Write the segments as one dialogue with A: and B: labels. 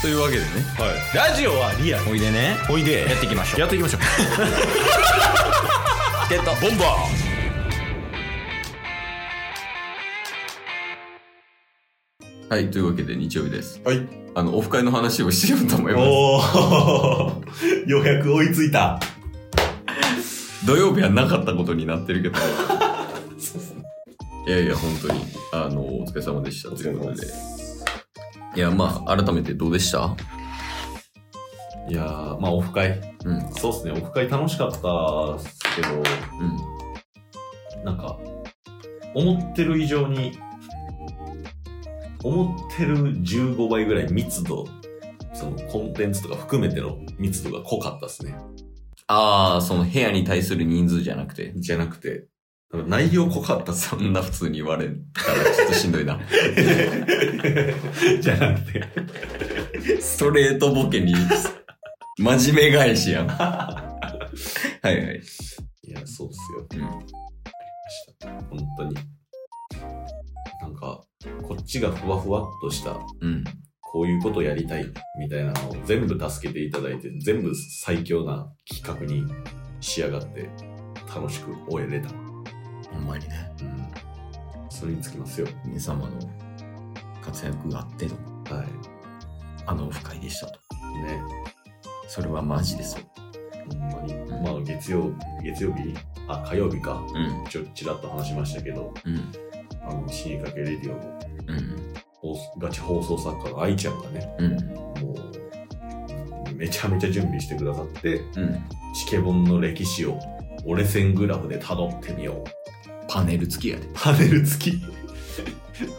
A: というわけでね
B: はい、ラジオはリアル
A: おいでね
B: おいで
A: やっていきましょう
B: やって いきましょう
A: ってた
B: ボンバ
A: はいというわけで日曜日です
B: ーはい
A: あのオフ会の話をしようと思いま
B: おおようやく追いついた
A: す土曜日はなかったことになってるけ どいやいや本当にあのお疲れ様でしたということでいやまあ改めてどうでした
B: いやーまあオフ会
A: うんうん
B: そうっすねオフ会楽しかったっすけどなんか思ってる以上に思ってる15倍ぐらい密度そのコンテンツとか含めての密度が濃かったっすね
A: ああその部屋に対する人数じゃなくて
B: じゃなくてなんか内容濃かったっす
A: そんな普通に言われたらちょっとしんどいな
B: じゃなく て
A: ストレートボケに真面目返し やんはいはい
B: いや、そうっ
A: う
B: すよ。
A: ん
B: ありました。本当に。なんか、こっちがふわふわっとした、
A: うん
B: こういうことやりたい、みたいなのを全部助けていただいて、全部最強な企画に仕上がって、楽しく終えれた。
A: ほんまにね
B: うん。それにつきますよ。
A: 皆様の活躍があっての
B: は
A: あのオフ会でしたと。
B: い。ね。
A: それはマジですよ。
B: ほんまに。
A: ん
B: まあ、月曜、月曜日あ、火曜日か。
A: うん。
B: ちょ、ちらっと話しましたけど、
A: うん。
B: あの、死にかけレディオの
A: うん。
B: 放送ガチ放送作家の愛ちゃんがね、
A: うん。
B: もう、めちゃめちゃ準備してくださって、
A: うん。
B: チケボンの歴史を折れ線グラフで辿ってみよう。
A: パネル付きやで。
B: パネル付き。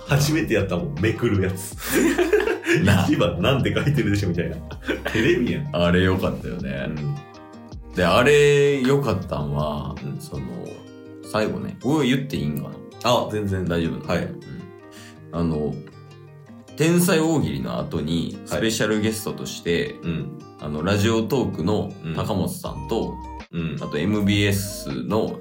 B: 初めてやったもん、めくるやつ。
A: な
B: 一番なんて書いてるでしょみたいな。テレビやん。
A: あれ良かったよね
B: う。ん。
A: で、あれ良かったんは、
B: うん
A: その、最後ね、これ言っていいんかな
B: あ、全然
A: 大丈夫なの
B: はい
A: うん。あの、天才大喜利の後に、スペシャルゲストとして、
B: うん。
A: あの、ラジオトークの
B: うん
A: 高本さんと、
B: うん
A: あ。と MBS の
B: ん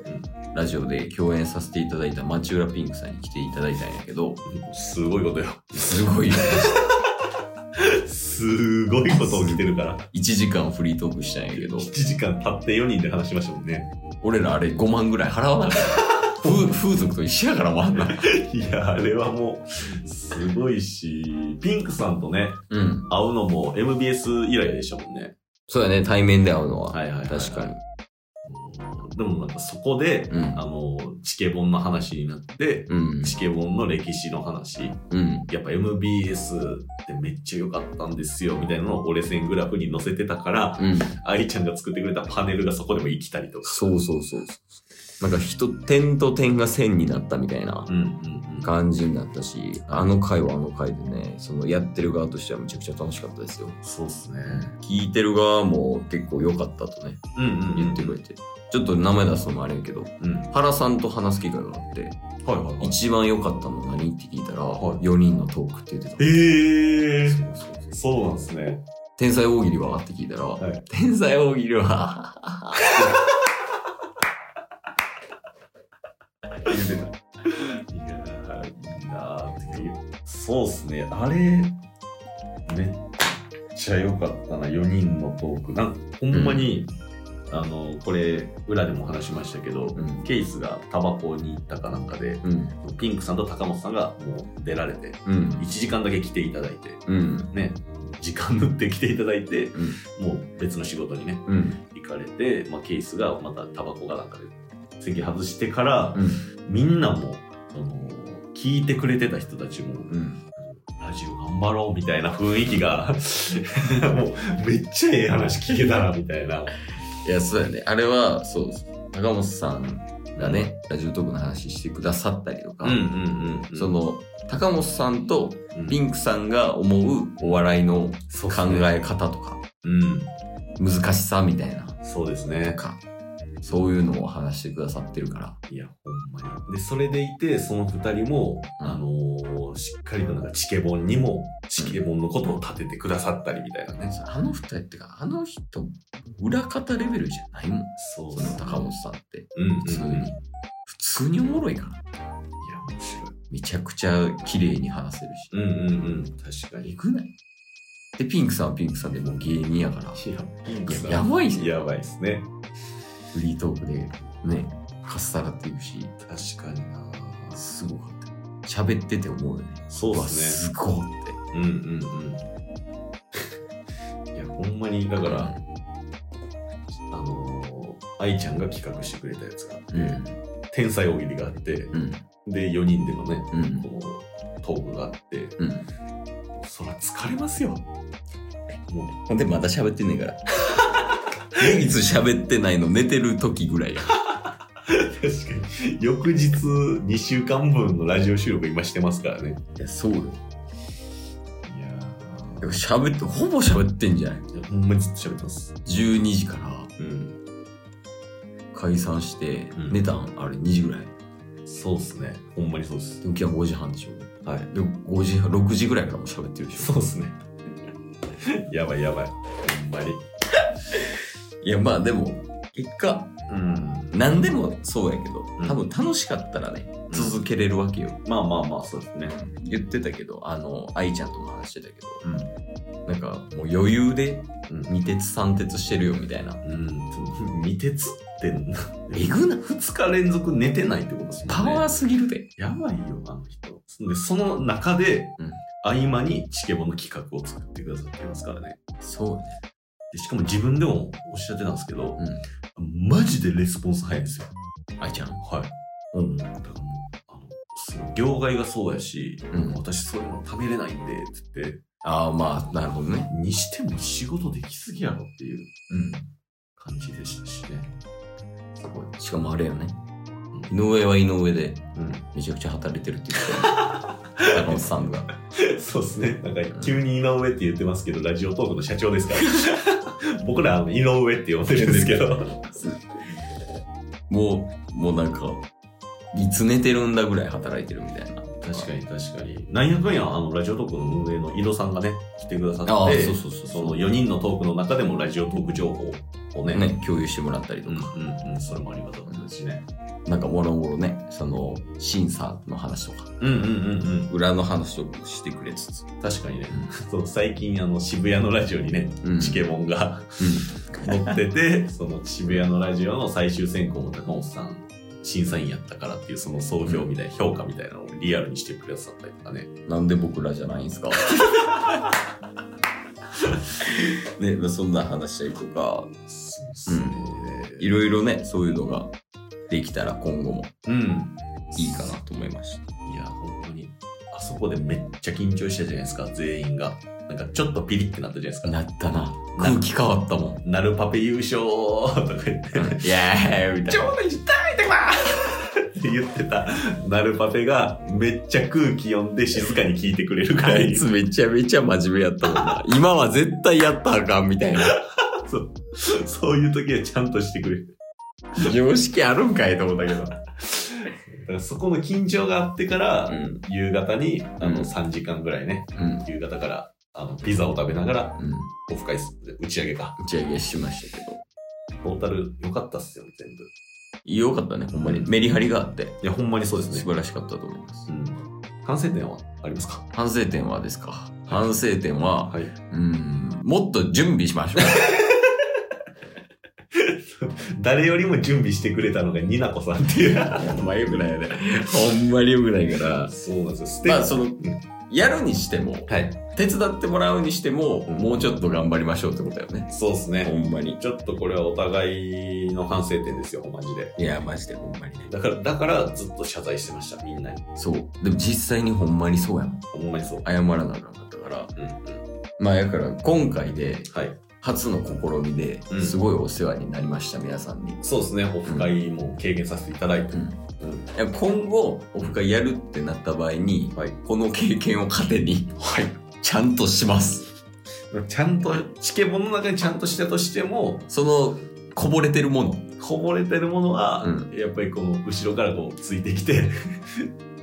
A: ラジオで共演させていただいた町浦ピンクさんに来ていただいたんやけど、
B: すごいことよ。
A: すごいよ。
B: すごいこと起きてるから。
A: 1時間フリートークしたんやけど
B: 1、時間経って4人で話しましたもんね。
A: 俺らあれ5万ぐらい払わなかった。風風俗と一緒やからもうあんな。
B: いや、あれはもう、すごいし、ピンクさんとね、
A: うん。
B: 会うのも MBS 以来でしたもんね。
A: そうやね、対面で会うのは。
B: はいはいはいはい
A: 確かに。
B: でもなんかそこで、
A: うん
B: あの、チケボンの話になって、
A: うん。
B: チケボンの歴史の話、
A: うん。
B: やっぱ MBS ってめっちゃ良かったんですよ、みたいなのを折れ線グラフに載せてたから、
A: うん。
B: 愛ちゃんが作ってくれたパネルがそこでも生きたりとか。
A: そうそうそうそう。なんか人、点と点が線になったみたいな
B: うんうんうん。
A: 感じになったし、あの回はあの回でね、そのやってる側としてはめちゃくちゃ楽しかったですよ。
B: そうっすね。
A: 聞いてる側も結構良かったとね、
B: うんうん、うん。
A: 言ってくれて。ちょっと名前出すのもあれやけど、
B: うん。はい
A: 原さんと話す機会があって、
B: はいはい。
A: 一番良かったの何って聞いたら、
B: はい
A: 4人のトークって言ってた。
B: えー。
A: そうそうそう
B: そうなんですね。
A: 天才大喜利はって聞いたら、
B: はい
A: 天才大喜利は
B: 言ってた。いやー、いいなーっていう。そうっすね。あれ、めっちゃ良かったな、4人のトーク。なんか、ほんまに、あの、これ、裏でも話しましたけど、
A: うん
B: ケイスがタバコに行ったかなんかで、
A: うん
B: ピンクさんと高本さんがもう出られて、
A: うん
B: 1時間だけ来ていただいて、
A: うん
B: ね、時間塗って来ていただいて、
A: うん
B: もう別の仕事にね、
A: うん
B: 行かれて、まあ、ケイスがまたタバコがなんかで席外してから、
A: うん
B: みんなも、その、聞いてくれてた人たちも、
A: うん
B: ラジオ頑張ろうみたいな雰囲気が、 もう、めっちゃええ話聞けたな、みたいな。
A: いやそうやねあれはそう高本さんがね、ラジオトークの話してくださったりとか、
B: うんうんうん。
A: そ、の高本さんとピ
B: ン
A: ンクさんが思うお笑いの
B: そ
A: 考
B: うっすね
A: え方とか、
B: うん。
A: 難しさみたいな
B: そうです
A: と
B: ね。
A: かそういうのを話してくださってるから
B: いや、ほんまに。で、それでいて、その二人も、
A: うん
B: あのーしっかりとなんか、チケボンにも、チケボンのことを立ててくださったりみたいなね。
A: あの二人ってかあの人裏方レベルじゃないもん
B: そ
A: その高本さんって
B: うんうんうん。
A: 普通に、普通に
B: いや、
A: おもろいから
B: 面白い。
A: めちゃくちゃ綺麗に話せるし、
B: うんうんうん。確かに
A: え。ぐないで、ピンクさんはピンクさんでもう芸人やから、
B: いや、ピンクさん。
A: やばいし
B: やばいですね。
A: フリートークでね、かっさらっていくし、
B: 確かにな
A: すごかった。喋ってて思うよね。
B: そう
A: う
B: で
A: わ、
B: すね。
A: すごいって。
B: うんうん うん。いや、ほんまに、だから、あのー、愛ちゃんが企画してくれたやつがあって、
A: うん、
B: 天才大喜利があって、
A: うん、
B: で、4人でのね、
A: うん、
B: このトークがあって、
A: うん。
B: そら疲れますよ。もう、
A: ほんで、まだ喋ってんねえ から。唯一喋ってないの寝てる時ぐらいや。
B: 確かに。翌日、2週間分のラジオ収録今してますからね。
A: いや、そうよ。
B: いや
A: 喋って、ほぼ喋ってんじゃない
B: ー、ほんまにずっと喋ってます。
A: 12時から
B: うん。
A: 解散して、
B: うん
A: 寝たんあれ2時ぐらい
B: そうっすね。ほんまにそうっす。
A: で起きは5時半でしょ
B: はい。
A: で5時半6時ぐらいからもう喋ってるでしょ
B: そうっすね。やばいやばい。ほんまに。
A: いやまあでも結果
B: うん。
A: 何でもそうやけど
B: うん
A: 多分楽しかったらね
B: ん
A: 続けれるわけよ、
B: まあまあまあ、そうですね。
A: 言ってたけどあの愛ちゃんとも話してたけ
B: うん。
A: どなんかもう余裕で
B: うん。
A: 二鉄三鉄してるよみたいな
B: うん。見てつってんな。
A: えぐな
B: 2日連続寝てないってことですもん
A: パ
B: ね。
A: ワーすぎるで
B: やばいよ、あの人。で、その中で、
A: うん
B: 合間にチケボの企画を作ってくださってますからね。
A: そうね
B: でしかも自分でもおっしゃってたんですけど、
A: うん
B: マジでレスポンス早いんですよ。
A: 愛ちゃん
B: はい。
A: うん
B: だからもう、あの、その業界がそうやし、
A: うん
B: 私そういうの食べれないんで、つって、
A: ああまあなるほどね
B: にしても仕事できすぎやろっていう
A: うん
B: 感じでしたしね。すごい。
A: しかもあれよね井上は井上で
B: うん。
A: めちゃくちゃ働いてるって言ってた高本さんが
B: そうですね。なんか、急に井上って言ってますけど、ラジオトークの社長です から。僕ら、あの井上って呼んでるんですけど。
A: もうもうなんかいつ寝てるんだぐらい働いてるみたいな
B: 確かに確かに。なんやかんや、あの、ラジオトークの運営の井戸さんがね、来てくださ
A: ああ
B: って、
A: そうそうそう
B: その4人のトークの中でもラジオトーク情報をね、
A: ね共有してもらったりと
B: うんう
A: か、
B: んうん、それもありがたかったですしね。
A: なんかもろもろねその審査の話とか
B: うんうんうん
A: 裏の話とかもしてくれつつ、
B: うん。確かにね、そう最近あの渋谷のラジオにね、
A: うん
B: チケモンが乗ってて、その渋谷のラジオの最終選考も高本さん、審査員やったからっていうその総評みたいな、評価みたいなのをリアルにしてくださったりとかね。
A: うん、なんで僕らじゃないんすかねそんな話したりとか
B: そうっ
A: すねいろいろねそういうのができたら今後も
B: うん。
A: いいかなと思いました
B: いや、本当に。あそこでめっちゃ緊張したじゃないですか、全員が。なんかちょっとピリってなったじゃないですか。
A: なったな。空気変わったもん。
B: なるパペ優勝とか言って、
A: イエーイみたいな。
B: ょうど痛いってばって言ってた、なるパペがめっちゃ空気読んで静かに聞いてくれるから
A: あ
B: い
A: いつめちゃめちゃ真面目やったもんな。今は絶対やったらあかんみたいな。
B: そうそういう時はちゃんとしてくれる。
A: 常識あるんかいと思ったけど。
B: だからそこの緊張があってから、
A: ん。
B: 夕方にあ
A: うん
B: の3時間ぐらいね、
A: うん。
B: 夕方からあのピザを食べながら
A: うん。
B: オフ会す打ち上げか。
A: 打ち上げしましたけど。
B: トータル良かったっすよ、全部。
A: よかったね、ほんまに。メリハリがあって。
B: いや、ほんまにそうです
A: 素
B: ね。
A: 晴らしかったと思います。
B: うん。反省点はありますか
A: 反省点はですか。反省点は、
B: はい。
A: うん、もっと準備しましょ
B: 誰よりも準備してくれたのがニナコさんって いう。
A: う。 ほんまよくないよね。ほんまによくないから。
B: そうなんですよ。ステ
A: ま
B: ッ
A: あ、その、やるにしても、
B: はい。
A: 手伝ってもらうにしても、もうちょっと頑張りましょうってことだよね。
B: そうですね。
A: んまに。
B: ちょっとこれはお互いの反省点ですよ、マジで。
A: いや、マジでほんまにね。
B: だから、だからずっと謝罪してました、みんなに。
A: そう。でも実際にほんまにそうやもん。
B: ほんまにそう。
A: 謝らなあかんかったから。
B: うんうん。
A: まあ、だから今回で、
B: はい。
A: 初の試みで
B: うん
A: すごいお世話になりました、皆さんに。
B: そうですね、オフ会も経験させていただいて。
A: うんいや今後、オフ会やるってなった場合に、
B: はい
A: この経験を糧に、
B: はい。
A: ちゃんとします。
B: ちゃんと、チケボンの中にちゃんとしたとしても、
A: その、こぼれてるもの。
B: こぼれてるものは、
A: う
B: やっぱりこの後ろからこうついてきて、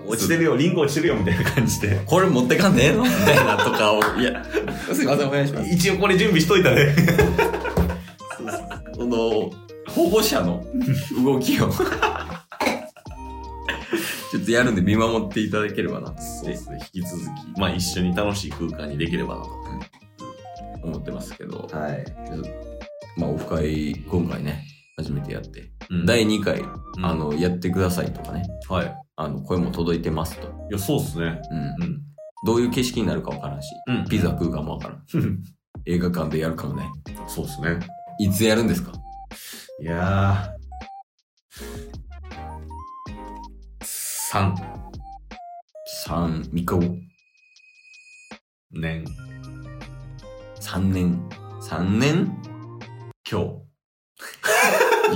B: 落ちてるよ、リンゴ落ちてるよみたいな感じで。
A: これ持ってかねえのみたいなとかを、いや、すいません、お願いします。
B: 一応これ準備しといたね。
A: その、保護者 の動きを。ちょっとやるんで見守っていただければなって。
B: そうですね、引き続き、まあ一緒に楽しい空間にできればなと。
A: 思ってますけど、
B: はい。
A: まあ、オフ会、今回ね、初めてやって、
B: うん
A: 第2回、
B: うん
A: あ、の、やってくださいとかね、
B: はい。
A: あの、声も届いてますと。
B: いや、そうっすね。
A: うん。
B: うん。
A: どういう景色になるかわからんし、
B: うん
A: ピザ食うかもわからん。映画館でやるかもね。
B: そうっすね。
A: いつやるんですか
B: いやー。3
A: ?3、3日後
B: 年
A: ?3 年 ?3 年
B: 今日。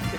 C: す